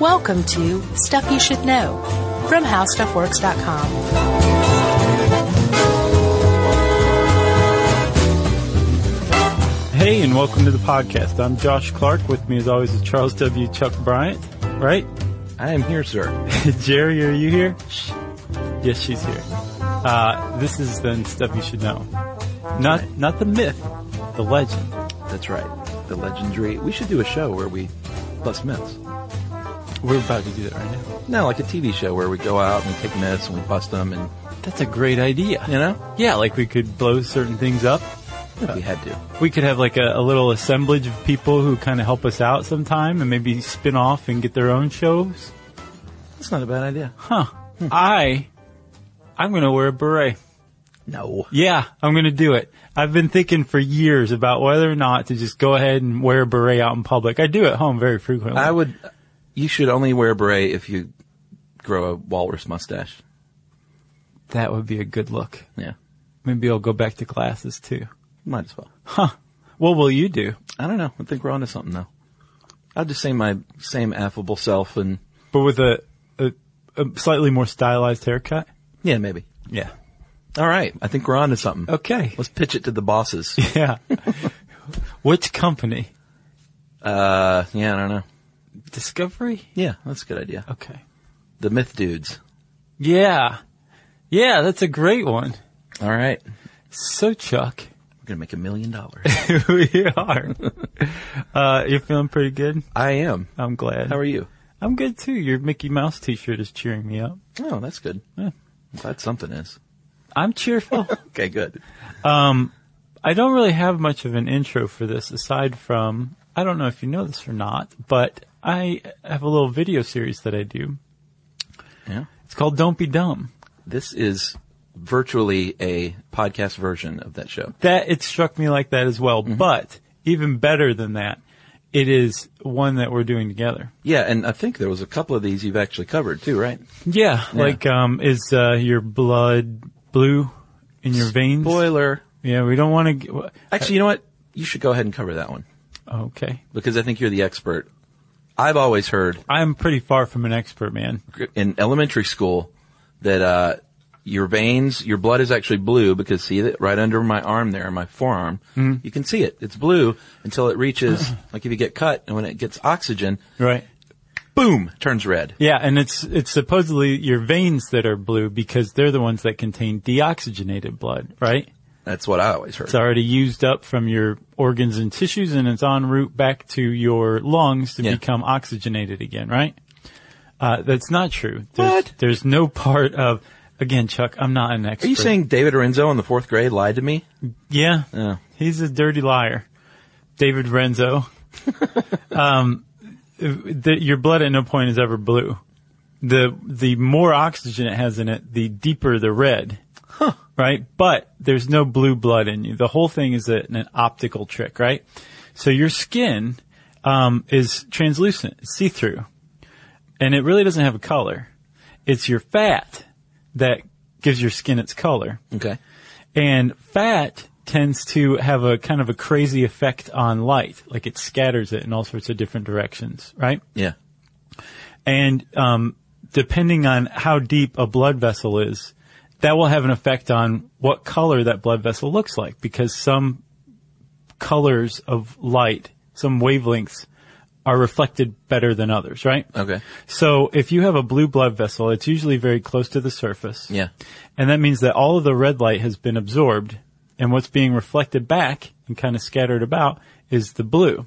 Welcome to Stuff You Should Know from HowStuffWorks.com. Hey, and welcome to the podcast. I'm Josh Clark. With me, as always, is Charles W. Chuck Bryant. Right? I am here, sir. Jerry, are you here? Shh. Yes, she's here. Uh, this is then stuff you should know. Not Right. not the myth, the legend. That's right. The legendary. We should do a show where we bust myths. We're about to do that right now. No, like a TV show where we go out and we take myths and we bust them, and That's a great idea. you know, Yeah, like we could blow certain things up. if we had to. We could have like a, a little assemblage of people who kind of help us out sometime, and maybe spin off and get their own shows. That's not a bad idea. Huh? I I'm gonna wear a beret. No. Yeah, I'm going to do it. I've been thinking for years about whether or not to just go ahead and wear a beret out in public. I do at home very frequently. I would. You should only wear a beret if you grow a walrus mustache. that would be a good look. Yeah, Maybe I'll go back to classes too. might as well. What will you do? I don't know. I think we're onto something though. I'll just say my same affable self, and But with a, a, a slightly more stylized haircut? yeah, maybe. Yeah. All right, I think we're onto something. Okay. Let's pitch it to the bosses. Yeah. Which company? Uh, yeah, I don't know. Discovery? Yeah, that's a good idea. Okay. The myth dudes. Yeah. Yeah, that's a great one. All right. So Chuck, We're going to make a million dollars. we are. Uh, you're feeling pretty good? I am. I'm glad. How are you? I'm good too. Your Mickey Mouse t-shirt is cheering me up. Oh, that's good. Yeah. I'm glad something is. I'm cheerful. Okay, good. I don't really have much of an intro for this aside from, I don't know if you know this or not, but I have a little video series that I do. Yeah. It's called Don't Be Dumb. This is virtually a podcast version of that show. That, it struck me like that as well, but even better than that, it is one that we're doing together. Yeah, and I think there was a couple of these you've actually covered too, right? Yeah. Like, um, is, uh, your blood blue in your veins? Boiler. Yeah, we don't want to, Actually, you know what? You should go ahead and cover that one okay. because I think you're the expert. I've always heard I'm pretty far from an expert, man. in elementary school that uh, your veins, your blood is actually blue because see that right under my arm there, my forearm, you can see it. It's blue until it reaches, like if you get cut and when it gets oxygen, Right. boom, turns red. Yeah, and it's it's supposedly your veins that are blue because they're the ones that contain deoxygenated blood, right? That's what I always heard. It's already used up from your organs and tissues and it's en route back to your lungs to Yeah. become oxygenated again, right? Uh, that's not true. There's, What? There's no part of, again, Chuck, I'm not an expert. Are you saying David Renzo in the fourth grade lied to me? Yeah. Yeah. He's a dirty liar. David Renzo. um, the, your blood at no point is ever blue. The, the more oxygen it has in it, the deeper the red. Right? But there's no blue blood in you. The whole thing is a, an optical trick, right? So your skin, um, is translucent, see through. And it really doesn't have a color. It's your fat that gives your skin its color. Okay. And fat tends to have a kind of a crazy effect on light, like it scatters it in all sorts of different directions, right? Yeah. And um, depending on how deep a blood vessel is, that will have an effect on what color that blood vessel looks like because some colors of light, some wavelengths are reflected better than others, right? Okay. So if you have a blue blood vessel, it's usually very close to the surface. Yeah. And that means that all of the red light has been absorbed and what's being reflected back and kind of scattered about is the blue.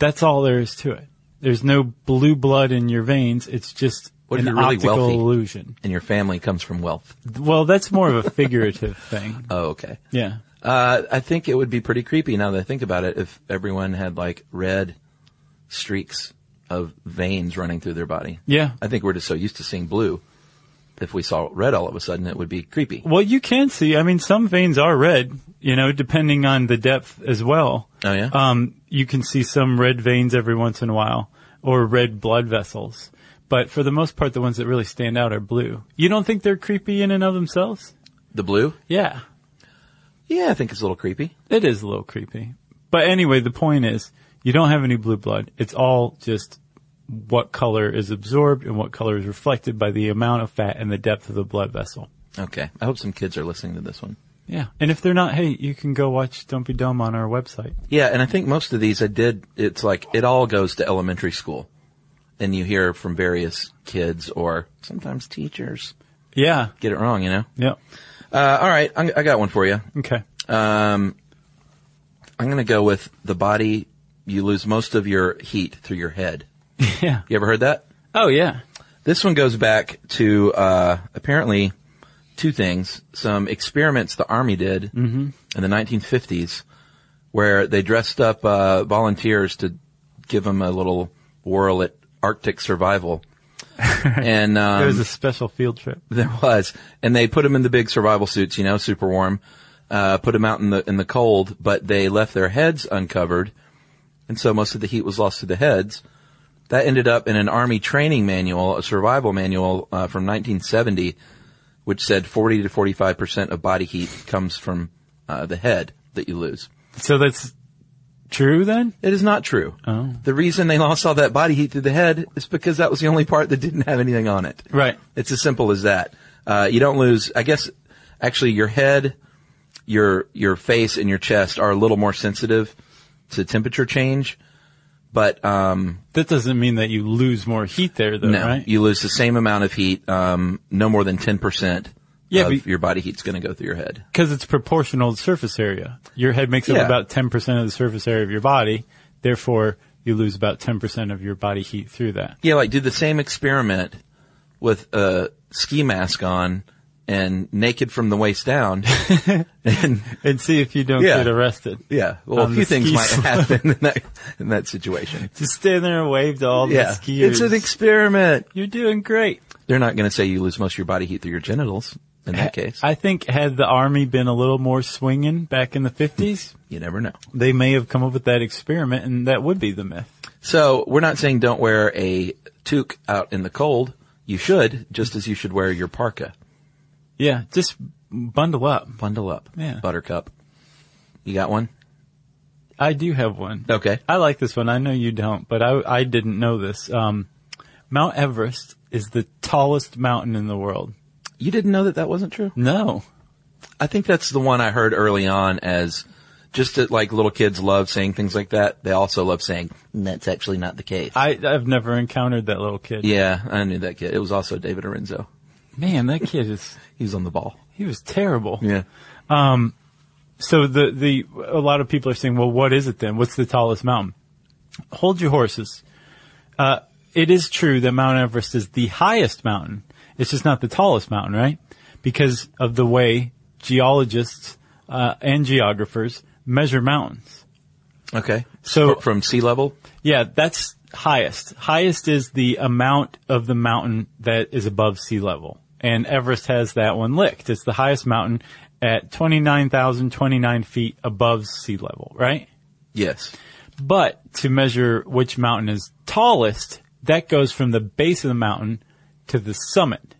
That's all there is to it. There's no blue blood in your veins. It's just What if an you're really optical wealthy? illusion. And your family comes from wealth. Well, that's more of a figurative thing. Oh, okay. Yeah. Uh, I think it would be pretty creepy now that I think about it if everyone had like red streaks of veins running through their body. Yeah. I think we're just so used to seeing blue. If we saw red all of a sudden, it would be creepy. Well, you can see, I mean, some veins are red, you know, depending on the depth as well. Oh yeah. Um, you can see some red veins every once in a while or red blood vessels. But for the most part, the ones that really stand out are blue. You don't think they're creepy in and of themselves? the blue? Yeah. Yeah, I think it's a little creepy. It is a little creepy. But anyway, the point is you don't have any blue blood. It's all just what color is absorbed and what color is reflected by the amount of fat and the depth of the blood vessel. Okay. I hope some kids are listening to this one. Yeah. And if they're not, hey, you can go watch Don't Be Dumb on our website. Yeah, and I think most of these I did. It's like it all goes to elementary school, and you hear from various kids or sometimes teachers Yeah. get it wrong. You know. Yeah. Uh, all right, I'm, I got one for you. Okay. Um, I'm going to go with the body. You lose most of your heat through your head. Yeah. You ever heard that? Oh, yeah. This one goes back to uh, apparently two things: some experiments the army did Mm-hmm. in the 1950s, where they dressed up uh, volunteers to give them a little whirl at Arctic survival, and um, It was a special field trip. there was, and they put them in the big survival suits, you know, super warm. Uh, put them out in the in the cold, but they left their heads uncovered, and so most of the heat was lost to the heads. That ended up in an army training manual, a survival manual uh, from 1970, which said 40 to 45 percent of body heat comes from uh, the head that you lose. So that's true then? It is not true. The reason they lost all that body heat through the head is because that was the only part that didn't have anything on it. Right. It's as simple as that. Uh, you don't lose. I guess actually your head, your your face, and your chest are a little more sensitive to temperature change, but um, That doesn't mean that you lose more heat there though, no, right? you lose the same amount of heat. Um, no more than ten percent Yeah, of but- your body heat's going to go through your head. Because it's proportional to surface area. Your head makes Yeah. up about 10% of the surface area of your body. Therefore, you lose about 10% of your body heat through that. Yeah, like do the same experiment with a ski mask on and naked from the waist down. and And see if you don't Yeah. get arrested. yeah, well, On a the few things ski might slope. happen in that, in that situation. Just stand there and wave to all Yeah. the skiers. It's an experiment. You're doing great. They're not going to say you lose most of your body heat through your genitals in that case. I think had the army been a little more swinging back in the 50s, you never know. they may have come up with that experiment and that would be the myth. So we're not saying don't wear a toque out in the cold. You should, just as you should wear your parka. Yeah, just bundle up. Bundle up. Yeah. Buttercup. You got one? I do have one. Okay. I like this one. I know you don't, but I, I didn't know this. Um, Mount Everest is the tallest mountain in the world. You didn't know that that wasn't true? No. I think that's the one I heard early on as just that like little kids love saying things like that. They also love saying, that's actually not the case. I, I've never encountered that little kid. yeah, I knew that kid. It was also David Lorenzo. Man, that kid is, He was on the ball. he was terrible. Yeah. So the, the, a lot of people are saying, well, what is it then? What's the tallest mountain? Hold your horses. Uh, it is true that Mount Everest is the highest mountain. It's just not the tallest mountain, right? Because of the way geologists, uh, and geographers measure mountains. Okay. So- Fr- from sea level? Yeah, that's highest. Highest is the amount of the mountain that is above sea level. And Everest has that one licked. It's the highest mountain at 29,029 feet above sea level, right? Yes. But to measure which mountain is tallest, that goes from the base of the mountain to the summit.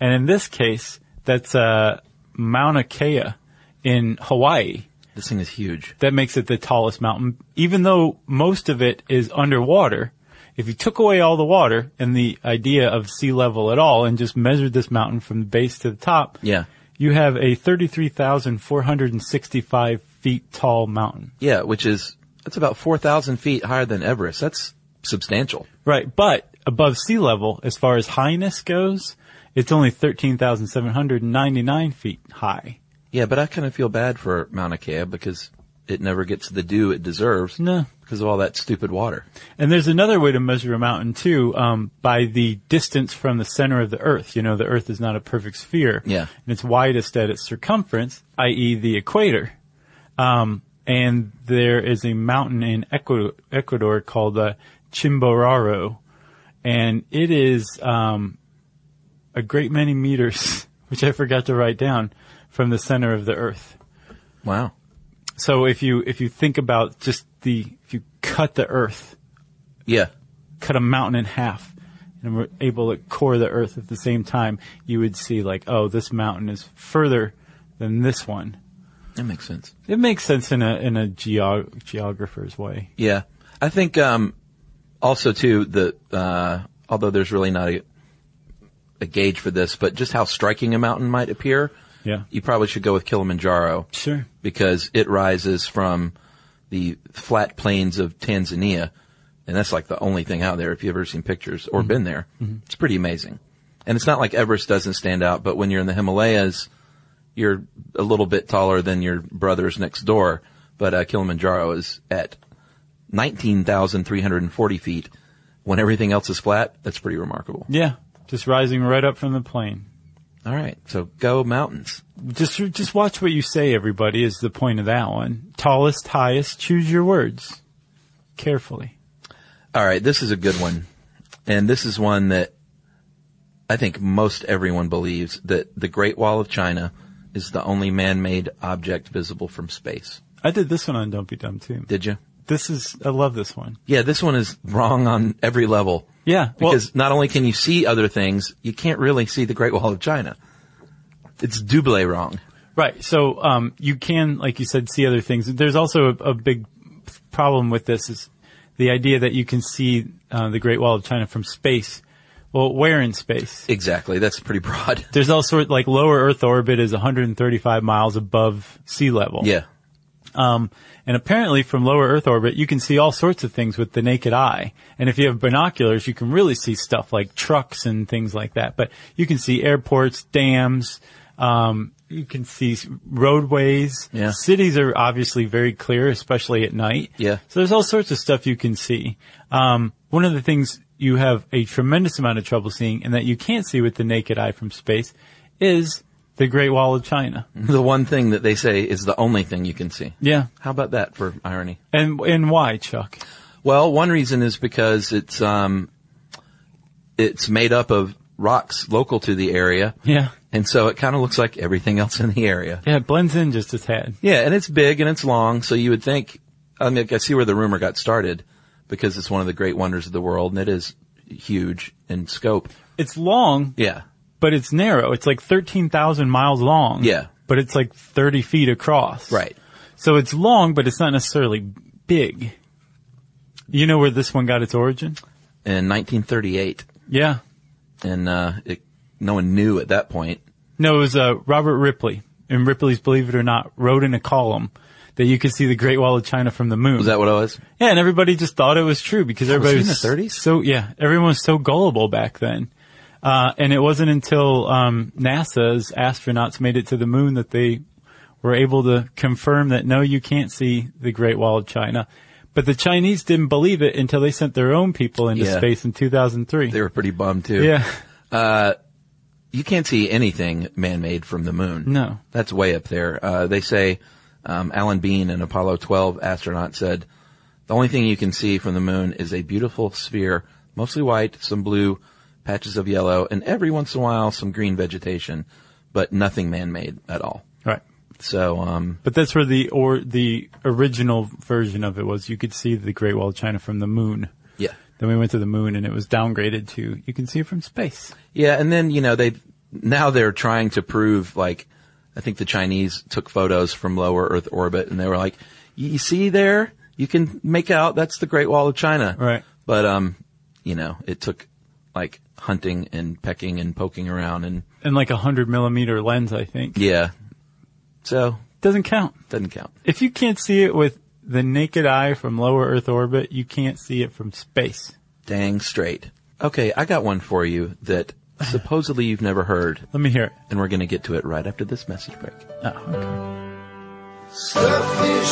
And in this case, that's uh, Mauna Kea in Hawaii This thing is huge. that makes it the tallest mountain, even though most of it is underwater. If you took away all the water and the idea of sea level at all and just measured this mountain from the base to the top, Yeah. you have a 33,465 feet tall mountain. Yeah, which is, that's about 4,000 feet higher than Everest. That's substantial. Right. But above sea level, as far as highness goes, it's only 13,799 feet high. Yeah, but I kind of feel bad for Mauna Kea because it never gets the due it deserves. No. Because of all that stupid water. And there's another way to measure a mountain too, um, by the distance from the center of the Earth. You know, the Earth is not a perfect sphere. Yeah. And it's widest at its circumference, i.e. the equator. Um, and there is a mountain in Ecuador, Ecuador called uh, Chimborazo. And it is, um, a great many meters, which I forgot to write down, from the center of the Earth. Wow. So if you, if you think about just the, if you cut the Earth, Yeah. cut a mountain in half and were able to core the earth at the same time, you would see like, oh, this mountain is further than this one. That makes sense. It makes sense in a in a geo- geographer's way. Yeah. I think, um, also too the uh, although there's really not a, a gauge for this, but just how striking a mountain might appear. Yeah. you probably should go with Kilimanjaro. Sure. because it rises from the flat plains of Tanzania, and that's like the only thing out there. If you've ever seen pictures or been there, it's pretty amazing. And it's not like Everest doesn't stand out, but when you're in the Himalayas, you're a little bit taller than your brothers next door. But uh, Kilimanjaro is at 19,340 feet. When everything else is flat, that's pretty remarkable. Yeah. Just rising right up from the plane. All right, so go mountains. Just, just watch what you say, everybody, is the point of that one. Tallest, highest, choose your words carefully. All right, this is a good one. And this is one that I think most everyone believes that the Great Wall of China is the only man-made object visible from space. I did this one on Don't Be Dumb too. Did you? This is, I love this one. Yeah, this one is wrong on every level. Yeah. well- Because not only can you see other things, you can't really see the Great Wall of China. It's double wrong. Right. So um, you can, like you said, see other things. There's also a, a big problem with this is the idea that you can see uh, the Great Wall of China from space. Well, where in space? Exactly. That's pretty broad. There's all sort like lower Earth orbit is 135 miles above sea level. Yeah. Um, and apparently from lower Earth orbit, you can see all sorts of things with the naked eye. And if you have binoculars, you can really see stuff like trucks and things like that. But you can see airports, dams, um, you can see s- roadways. Yeah. Cities are obviously very clear, especially at night. Yeah. So there's all sorts of stuff you can see. Um, one of the things you have a tremendous amount of trouble seeing and that you can't see with the naked eye from space is the Great Wall of China. The one thing that they say is the only thing you can see. Yeah. How about that for irony? And, and why, Chuck? Well, one reason is because it's um, it's made up of rocks local to the area, Yeah. and so it kind of looks like everything else in the area. Yeah, it blends in just a tad. Yeah, and it's big and it's long, so you would think. I mean, I see where the rumor got started because it's one of the great wonders of the world, and it is huge in scope. It's long, Yeah, but it's narrow. It's like 13,000 miles long. Yeah. But it's like 30 feet across. right. So it's long, but it's not necessarily big. You know where this one got its origin? In 1938, Yeah. and uh, it, no one knew at that point. No, it was uh, Robert Ripley in Ripley's Believe It or Not wrote in a column that you could see the Great Wall of China from the moon. Was that what it was? yeah, and everybody just thought it was true because everybody Oh, was was, he in the 30s? So yeah, everyone was so gullible back then. Uh, and it wasn't until um, NASA's astronauts made it to the moon that they were able to confirm that no, you can't see the Great Wall of China. But the Chinese didn't believe it until they sent their own people into Yeah. space in 2003. They were pretty bummed too. yeah, you can't see anything man-made from the moon. No. That's way up there. Uh, they say, um, Alan Bean, an Apollo 12 astronaut said, the only thing you can see from the moon is a beautiful sphere, mostly white, some blue, patches of yellow, and every once in a while some green vegetation, but nothing man-made at all. right. So, um, But that's where the or the original version of it was. You could see the Great Wall of China from the moon. yeah. Then we went to the moon, and it was downgraded to you can see it from space. Yeah, and then you know they now they're trying to prove like I think the Chinese took photos from lower Earth orbit, and they were like, "You you see there? You can make out that's the Great Wall of China." Right. But um, you know, it took like hunting and pecking and poking around, and and like a hundred millimeter lens, I think. yeah, so Doesn't count. doesn't count. If you can't see it with the naked eye from lower Earth orbit, you can't see it from space. Dang straight. Okay, I got one for you that supposedly you've never heard, Let me hear it. and we're gonna get to it right after this message break. Oh, okay. Stuff you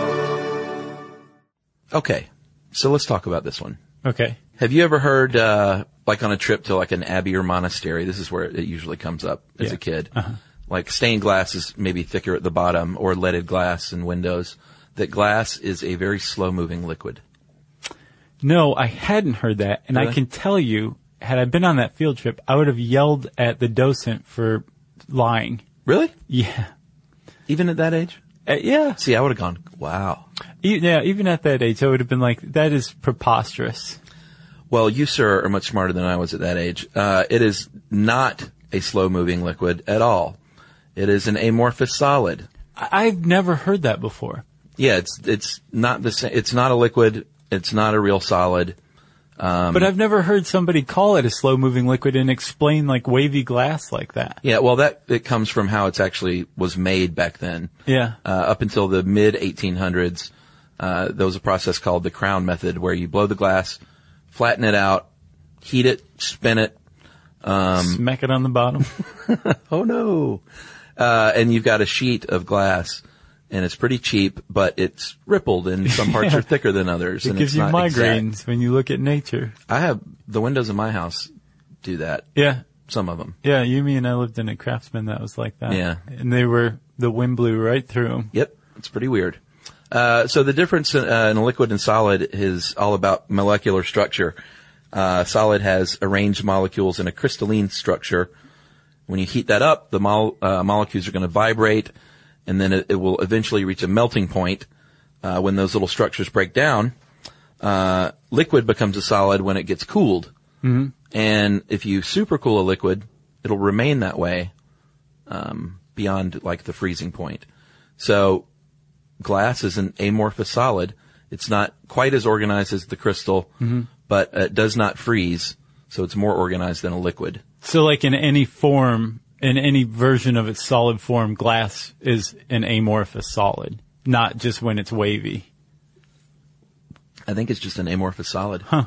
should Okay, so let's talk about this one. Okay. Have you ever heard, uh, like on a trip to like an abbey or monastery, this is where it usually comes up as Yeah. a kid. Like stained glass is maybe thicker at the bottom or leaded glass in windows. That glass is a very slow moving liquid. No, I hadn't heard that, and I Really? can tell you, had I been on that field trip, I would have yelled at the docent for lying. Really? Yeah. Even at that age? Uh, yeah. See, I would have gone, wow. E- yeah. Even at that age, I would have been like, that is preposterous. Well, you, sir, are much smarter than I was at that age. Uh, it is not a slow moving liquid at all. It is an amorphous solid. I- I've never heard that before. Yeah, it's, it's not the same. It's not a liquid. It's not a real solid. but I've never heard somebody call it a slow moving liquid and explain like wavy glass like that. Yeah, well, that it comes from how it's actually was made back then. Yeah. Uh, up until the mid 1800s, uh, there was a process called the crown method, where you blow the glass, flatten it out, heat it, spin it. Um, Smack it on the bottom. Oh no! Uh, and you've got a sheet of glass, and it's pretty cheap, but it's rippled, and some parts are thicker than others. It and gives it's you not exact. migraines when you look at nature. I have the windows in my house do that. Yeah. Some of them. Yeah. You mean I lived in a craftsman that was like that. Yeah. And they were, the wind blew right through them. Yep, it's pretty weird. Uh, so the difference in, uh, in a liquid and solid is all about molecular structure. Uh, solid has arranged molecules in a crystalline structure. When you heat that up, the mol- uh, molecules are going to vibrate, and then it, it will eventually reach a melting point uh, when those little structures break down. Uh, liquid becomes a solid when it gets cooled, and if you supercool a liquid, it'll remain that way um, beyond like the freezing point. So glass is an amorphous solid. It's not quite as organized as the crystal, but uh, it does not freeze. So it's more organized than a liquid. So like in any form, in any version of its solid form, glass is an amorphous solid, not just when it's wavy. I think it's just an amorphous solid. Huh.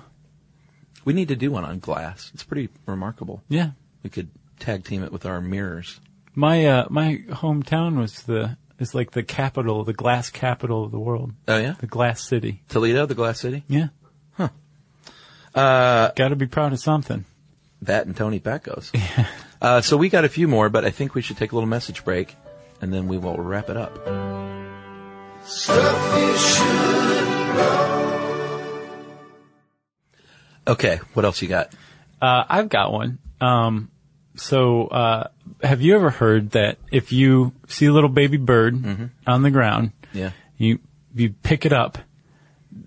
We need to do one on glass. It's pretty remarkable. Yeah. We could tag team it with our mirrors. My, uh, my hometown was the, is like the capital, the glass capital of the world, Oh yeah, the glass city. Toledo, the glass city. Yeah. Huh. Uh, gotta be proud of something. That and Tony Pacos. uh, so we got a few more, but I think we should take a little message break, and then we will wrap it up. Stuff you should Okay, what else you got? Uh, I've got one. Um, so, uh, have you ever heard that if you see a little baby bird on the ground, Yeah. you, you pick it up,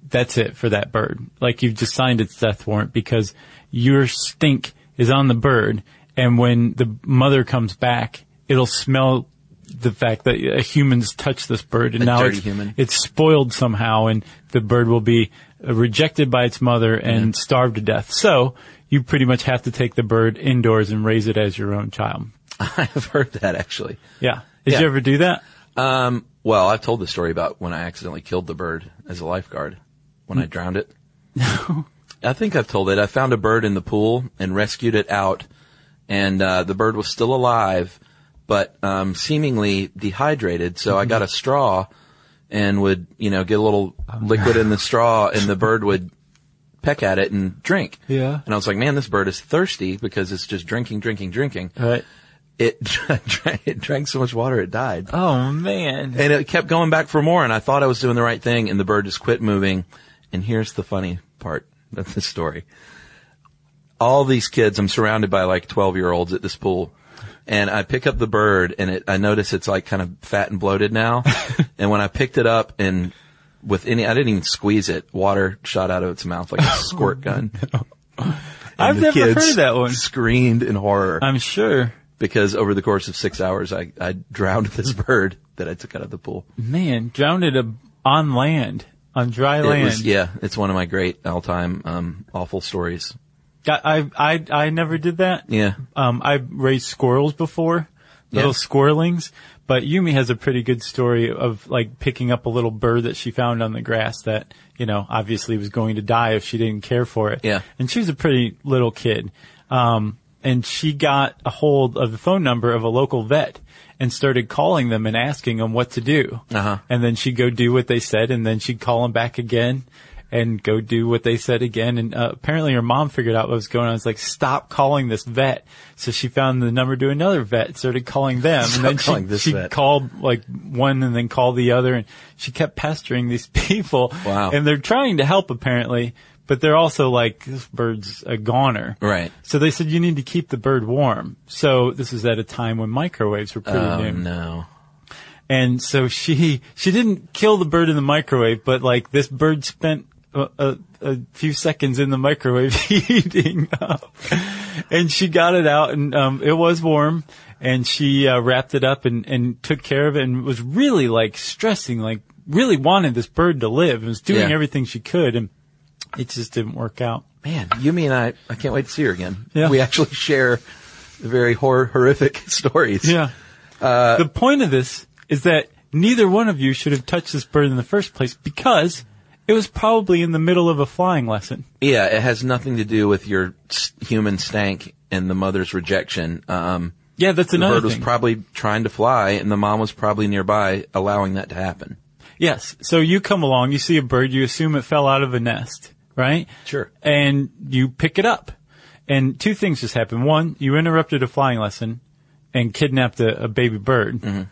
that's it for that bird. Like you've just signed its death warrant because your stink is on the bird. And when the mother comes back, it'll smell the fact that a humans touched this bird and A now dirty it's, human. it's spoiled somehow and the bird will be uh, rejected by its mother Mm-hmm. and starved to death. So you pretty much have to take the bird indoors and raise it as your own child. I've heard that actually. Yeah. Did Yeah. you ever do that? Um, well, I've told the story about when I accidentally killed the bird as a lifeguard when I drowned it. No. I think I've told it. I found a bird in the pool and rescued it out, and uh, the bird was still alive, but um, seemingly dehydrated. So I got a straw and would, you know, get a little liquid in the straw, and the bird would peck at it and drink. Yeah. And I was like, man, this bird is thirsty because it's just drinking, drinking, drinking. Right. It drank, it drank so much water it died. Oh man. And it kept going back for more, and I thought I was doing the right thing, and the bird just quit moving. And here's the funny part of the story. All these kids, I'm surrounded by like 12 year olds at this pool, and I pick up the bird, and it, I notice it's like kind of fat and bloated now. and when I picked it up and with any, I didn't even squeeze it, water shot out of its mouth like a squirt gun. And I've the never kids heard that one. Uh, Screamed in horror I'm sure. because over the course of six hours, I, I drowned this bird that I took out of the pool. Man, drowned it ab- on land, on dry It land. was- yeah, it's one of my great all-time um, awful stories. I, I, I, I never did that. Yeah, Um, I raised squirrels before, little Yeah. squirrelings. But Yumi has a pretty good story of like picking up a little bird that she found on the grass that, you know, obviously was going to die if she didn't care for it. Yeah. And she was a pretty little kid. Um, and she got a hold of the phone number of a local vet and started calling them and asking them what to do. Uh-huh. And then she'd go do what they said and then she'd call them back again and go do what they said again. And uh, apparently her mom figured out what was going on. It's like, stop calling this vet. So she found the number to another vet, started calling them. Stop and then she, calling this she vet. called like one and then called the other. And she kept pestering these people. Wow. And they're trying to help apparently, but they're also like, this bird's a goner. right. So they said you need to keep the bird warm. So this was at a time when microwaves were pretty Oh new. no. And so she she didn't kill the bird in the microwave, but like this bird spent a, a, a few seconds in the microwave heating up, and she got it out, and um, it was warm. And she uh, wrapped it up and, and took care of it, and was really like stressing, like really wanted this bird to live, and was doing Yeah. everything she could, and It just didn't work out. Man, Yumi and I, I can't wait to see her again. Yeah. We actually share the very hor- horrific stories. Yeah. the point of this is that neither one of you should have touched this bird in the first place because it was probably in the middle of a flying lesson. Yeah, it has nothing to do with your s- human stank and the mother's rejection. Um, Yeah, that's the another bird was thing. probably trying to fly, and the mom was probably nearby allowing that to happen. yes. So you come along, you see a bird, you assume it fell out of a nest, right? Sure. And you pick it up. And two things just happened. One, you interrupted a flying lesson and kidnapped a, a baby bird. Mm-hmm.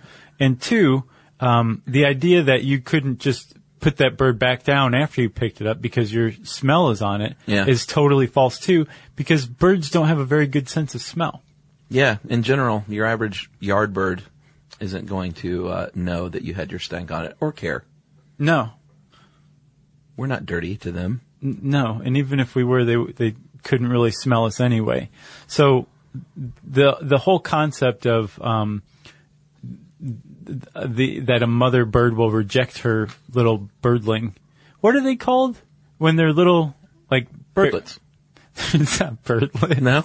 And two, um, the idea that you couldn't just put that bird back down after you picked it up because your smell is on it is Yeah. totally false too because birds don't have a very good sense of smell. Yeah, in general, your average yard bird isn't going to uh, know that you had your stank on it or care. No, We're not dirty to them. N- no. And even if we were, they, they couldn't really smell us anyway. So the, the whole concept of, um, the, that a mother bird will reject her little birdling. What are they called when they're little, like Birdlets. it's not birdling. No?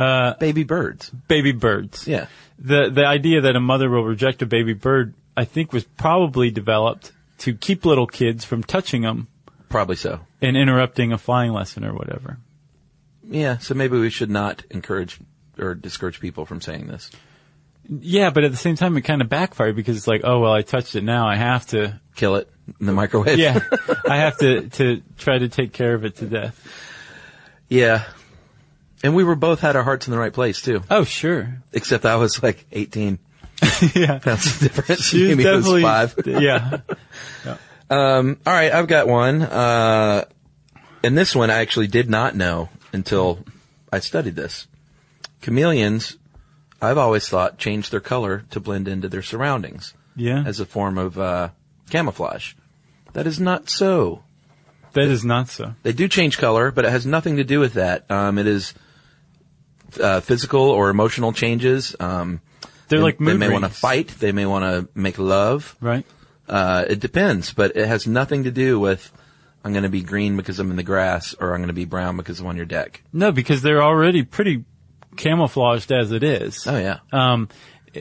Uh, Baby birds. Baby birds. Yeah. The the idea that a mother will reject a baby bird, I think, was probably developed to keep little kids from touching them Probably so. and interrupting a flying lesson or whatever. Yeah, so maybe we should not encourage or discourage people from saying this. Yeah, but at the same time, it kind of backfired because it's like, oh well, I touched it now, I have to. Kill it in the microwave. Yeah, I have to to try to take care of it to death. yeah. And we were both had our hearts in the right place too. Oh sure, Except I was like 18. yeah. That's the difference. She was Maybe it was definitely five. yeah. All right, I've got one. Uh, and this one I actually did not know until I studied this. Chameleons, I've always thought, change their color to blend into their surroundings Yeah, as a form of uh, camouflage. That is not so. that is not so. They do change color, but it has nothing to do with that. Um, it is uh, physical or emotional changes. Um, They're they- like mood they may want to rings, fight. They may want to make love. right? Uh, it depends, but it has nothing to do with I'm going to be green because I'm in the grass or I'm going to be brown because I'm on your deck. No, because they're already pretty camouflaged as it is. Oh yeah. Um,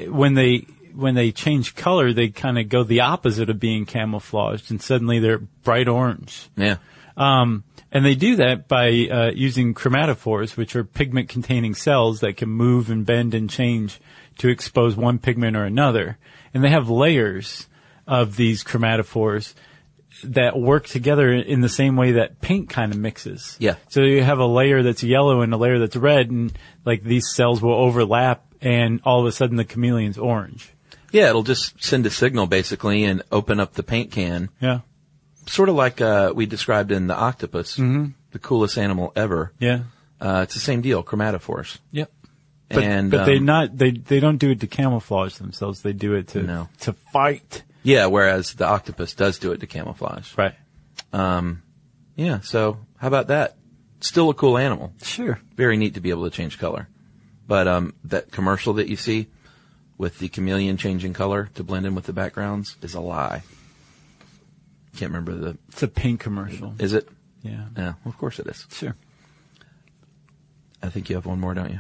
when they when they change color, they kind of go the opposite of being camouflaged, and suddenly they're bright orange. Yeah. Um, and they do that by uh, using chromatophores, which are pigment-containing cells that can move and bend and change to expose one pigment or another. And they have layers of these chromatophores that work together in the same way that paint kind of mixes. Yeah. So you have a layer that's yellow and a layer that's red, and like these cells will overlap, and all of a sudden the chameleon's orange. Yeah, it'll just send a signal basically and open up the paint can, Yeah. sort of like uh, we described in the octopus, Mm-hmm. the coolest animal ever. Yeah. Uh, it's the same deal, chromatophores. Yep. But, and but they um, not they they don't do it to camouflage themselves. They do it to No. to fight. yeah, whereas the octopus does do it to camouflage. Right. Yeah, so how about that? Still a cool animal. Sure. very neat to be able to change color. But um, that commercial that you see with the chameleon changing color to blend in with the backgrounds is a lie. Can't remember the. It's a paint commercial. Is it? Yeah. Yeah, well, of course it is. Sure. I think you have one more, don't you?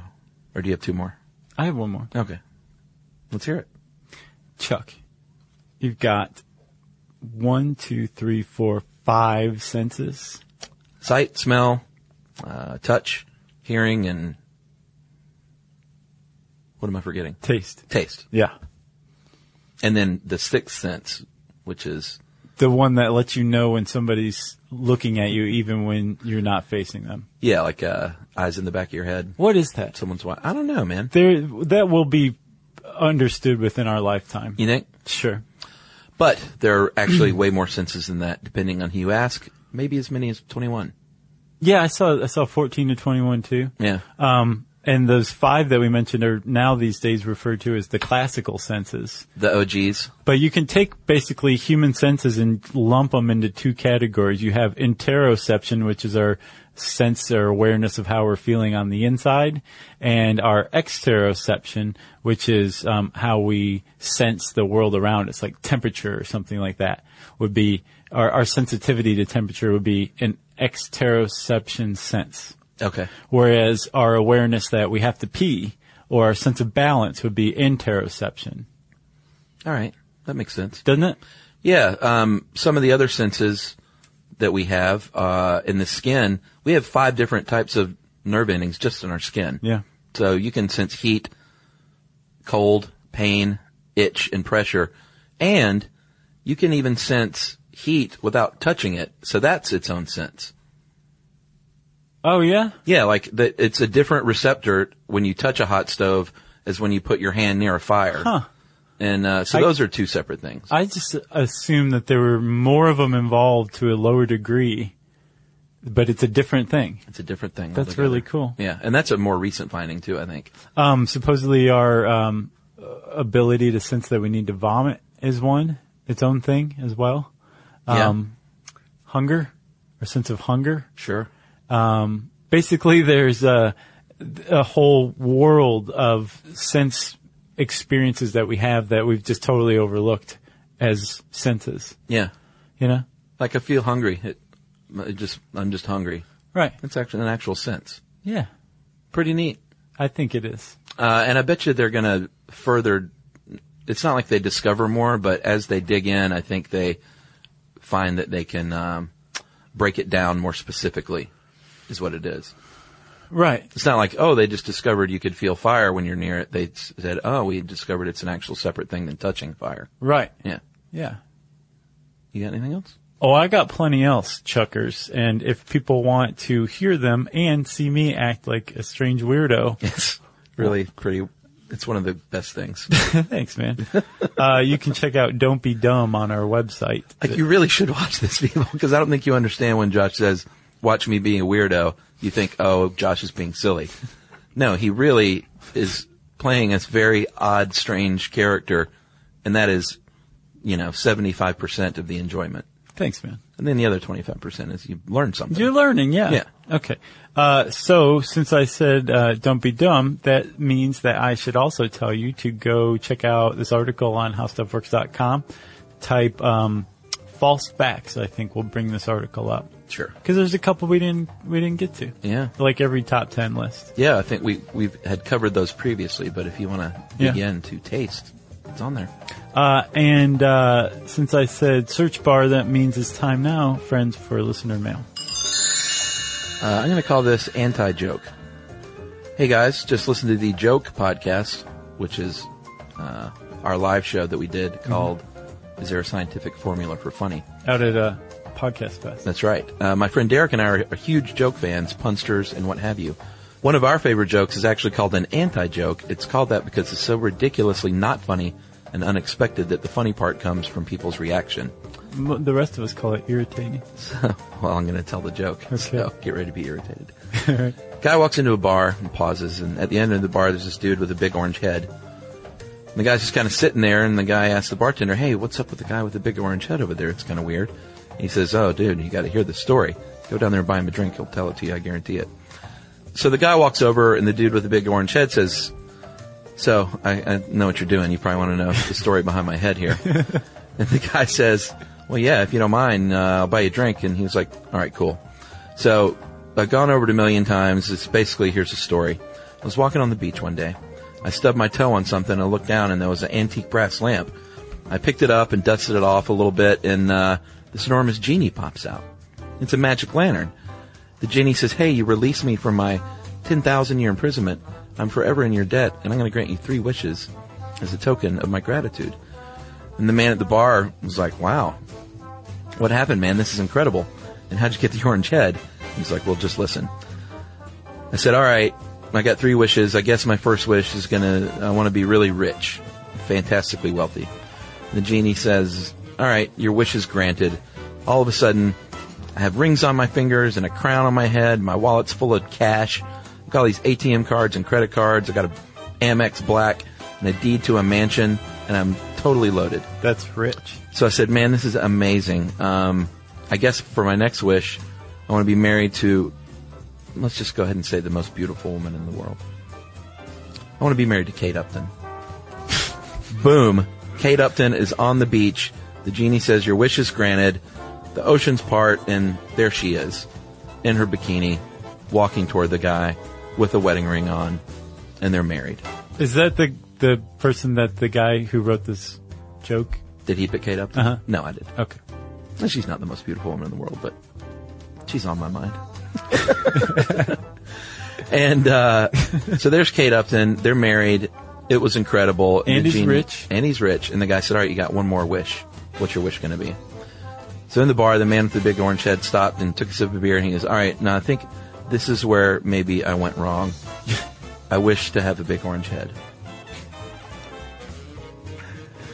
Or do you have two more? I have one more. Okay. Let's hear it. Chuck, you've got one, two, three, four, five senses. Sight, smell, uh, touch, hearing, and. What am I forgetting? Taste. Taste. Yeah. And then the sixth sense, which is. The one that lets you know when somebody's looking at you, even when you're not facing them. Yeah, like uh, eyes in the back of your head. What is that? Someone's wa I don't know, man. There, that will be understood within our lifetime. You think? Sure. But there are actually way more senses than that, depending on who you ask. Maybe as many as 21. Yeah, I saw, I saw 14 to 21 too. Yeah. Um, and those five that we mentioned are now these days referred to as the classical senses. The OGs. But you can take basically human senses and lump them into two categories. You have interoception, which is our sense or awareness of how we're feeling on the inside, and our exteroception, which is um, how we sense the world around us, like temperature or something like that, would be our, our sensitivity to temperature would be an exteroception sense. Okay. Whereas our awareness that we have to pee or our sense of balance would be interoception. All right. That makes sense. Doesn't it? Yeah. Um, some of the other senses that we have, uh, in the skin, we have five different types of nerve endings just in our skin. Yeah. So you can sense heat, cold, pain, itch, and pressure. And you can even sense heat without touching it. So that's its own sense. Oh yeah? Yeah, like the, it's a different receptor when you touch a hot stove as when you put your hand near a fire. Huh. And uh, so I- those are two separate things. I just assumed that there were more of them involved to a lower degree, but it's a different thing. It's a different thing. That's altogether. really cool. Yeah, and that's a more recent finding too. I think. Um, supposedly our um, uh, ability to sense that we need to vomit is one, its own thing as well. Yeah. Um, Hunger, our sense of hunger. Sure. Basically, there's a, a whole world of sense experiences that we have that we've just totally overlooked as senses, Yeah. you know? Like I feel hungry. It, it just I'm just hungry. Right. That's actually an actual sense. Yeah. Pretty neat. I think it is. Uh, and I bet you they're going to further. It's not like they discover more, but as they dig in, I think they find that they can um, break it down more specifically. Is what it is. Right. It's not like oh they just discovered you could feel fire when you're near it. They s- said oh we discovered it's an actual separate thing than touching fire. Right. Yeah. Yeah. You got anything else? Oh, I got plenty else, Chuckers. And if people want to hear them and see me act like a strange weirdo, It's really pretty. It's one of the best things. thanks, man. uh, you can check out Don't Be Dumb on our website. Like you really should watch this, people, because I don't think you understand when Josh says, "Watch me being a weirdo." You think, "Oh, Josh is being silly." No, he really is playing this very odd, strange character, and that is, you know, seventy-five percent of the enjoyment, Thanks, man. and then the other twenty-five percent is you learn something. You're learning, yeah. Yeah. Okay. Uh, so since I said uh, don't be dumb, that means that I should also tell you to go check out this article on HowStuffWorks.com. Type um, false facts. I think will bring this article up sure. because there's a couple we didn't we didn't get to. Yeah. Like every top ten list. Yeah, I think we we've had covered those previously, but if you want to Yeah. dig into taste, it's on there. Uh, and uh, since I said search bar, that means it's time now, friends, for listener mail. Uh, I'm going to call this anti joke. Hey guys, just listen to the Joke podcast, which is uh, our live show that we did called Is There a Scientific Formula for Funny? Out at uh, Podcast Fest. That's right. Uh, my friend Derek and I are, are huge joke fans, punsters, and what have you. One of our favorite jokes is actually called an anti joke. It's called that because it's so ridiculously not funny and unexpected that the funny part comes from people's reaction. M- the rest of us call it irritating. well, I'm going to tell the joke. So Okay. get ready to be irritated. guy walks into a bar and pauses, and at the end of the bar, there's this dude with a big orange head. And the guy's just kind of sitting there, and the guy asks the bartender, "Hey, what's up with the guy with the big orange head over there? It's kind of weird." And he says, "Oh, dude, you got to hear the story. Go down there and buy him a drink. He'll tell it to you. I guarantee it." So the guy walks over, and the dude with the big orange head says, "So I, I know what you're doing. You probably want to know the story behind my head here." And the guy says, "Well, yeah, if you don't mind, uh, I'll buy you a drink." And he was like, "All right, cool." So I've gone over it a million times. It's basically here's the story. I was walking on the beach one day. I stubbed my toe on something. I looked down, and there was an antique brass lamp. I picked it up and dusted it off a little bit, and uh, this enormous genie pops out. It's a magic lantern. The genie says, "Hey, you release me from my ten thousand year imprisonment. I'm forever in your debt, and I'm going to grant you three wishes as a token of my gratitude." And the man at the bar was like, wow, what happened, man? This is incredible. And how'd you get the orange head? He's like, well, just listen. I said, all right, I got three wishes. I guess my first wish is gonna, I want to be really rich, fantastically wealthy. The genie says, all right, your wish is granted. All of a sudden, I have rings on my fingers and a crown on my head. My wallet's full of cash. I've got all these ATM cards and credit cards. I got a Amex Black and a deed to a mansion and I'm totally loaded. That's rich. So I said, "Man, this is amazing. Um, I guess for my next wish, I want to be married to. Let's just go ahead and say the most beautiful woman in the world. I want to be married to Kate Upton." Boom! Kate Upton is on the beach. The genie says, "Your wish is granted." The oceans part, and there she is. in her bikini, walking toward the guy with a wedding ring on, and they're married. Is that the the person that the guy who wrote this joke? Did he pick Kate up? Uh-huh. No, I did. Okay. Well, She's not the most beautiful woman in the world, but she's on my mind. and uh, so there's Kate Upton. They're married. It was incredible. And the he's genie- rich. And he's rich. And the guy said, "All right, you got one more wish. What's your wish going to be?" So in the bar, the man with the big orange head stopped and took a sip of beer, and he goes, "All right, now I think this is where maybe I went wrong. I wish to have a big orange head."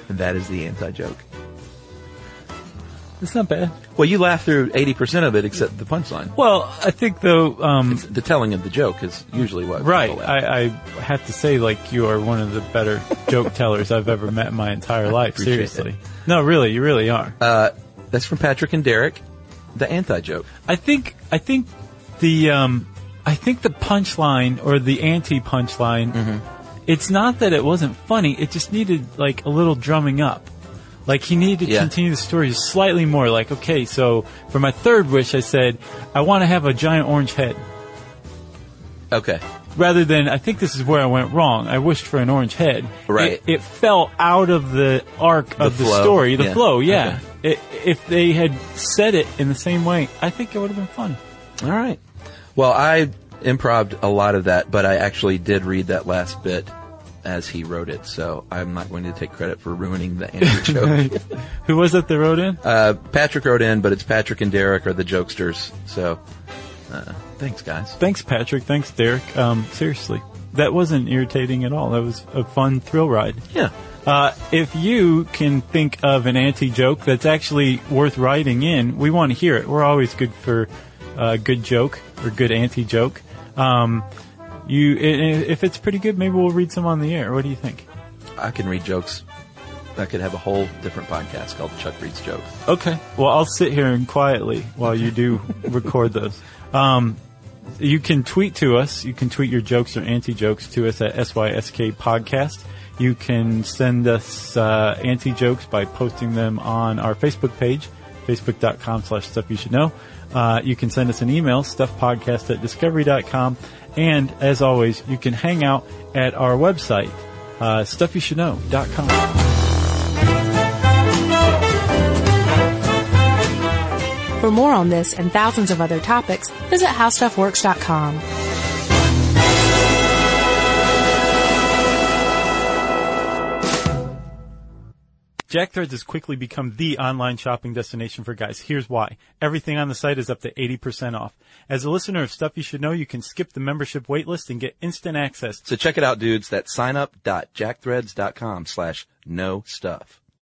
And that is the anti joke. It's not bad. Well, you laugh through 80% of it except the punchline. Well, I think though, um, The telling of the joke is usually what right. people laugh. I, I have to say, like, you are one of the better joke tellers I've ever met in my entire life. appreciate it. Seriously. No, really, you really are. That's from Patrick and Derek, the anti-joke. I think I think the um, I think the punchline or the anti punchline. Mm-hmm. It's not that it wasn't funny. It just needed like a little drumming up. Like he needed to Yeah. continue the story just slightly more. Like okay, so for my third wish, I said I want to have a giant orange head. Okay. Rather than I think this is where I went wrong. I wished for an orange head. Right. It, it fell out of the arc of the flow. story, the Yeah. flow. Yeah. It, if they had said it in the same way, I think it would have been fun. All right. Well, I improved a lot of that, but I actually did read that last bit as he wrote it, so I'm not going to take credit for ruining the anti-joke. Who was it that wrote in? uh, Patrick wrote in, but it's Patrick and Derek are the jokesters, so uh, thanks, guys. Thanks, Patrick. Thanks, Derek. Um, seriously, that wasn't irritating at all. That was a fun thrill ride. Yeah. Uh, if you can think of an anti joke that's actually worth writing in, we want to hear it. We're always good for uh, good joke or good anti joke. Um, you, i- i- if it's pretty good, maybe we'll read some on the air. What do you think? I can read jokes. I could have a whole different podcast called Chuck Reads Jokes. Okay. Well, I'll sit here and quietly while you do record those. Um, you can tweet to us. You can tweet your jokes or anti jokes to us at SYSK Podcast. You can send us uh, anti jokes by posting them on our Facebook page, facebook.com slash stuff you should know. Uh, you can send us an email, stuffpodcast at discovery.com. And as always, you can hang out at our website, uh, stuffyoushouldknow.com. For more on this and thousands of other topics, visit howstuffworks.com. Jack Threads has quickly become the online shopping destination for guys. Here's why. Everything on the site is up to 80% off. As a listener of Stuff You Should Know, you can skip the membership waitlist and get instant access So check it out, dudes. That's signup.jackthreads.com slash no stuff.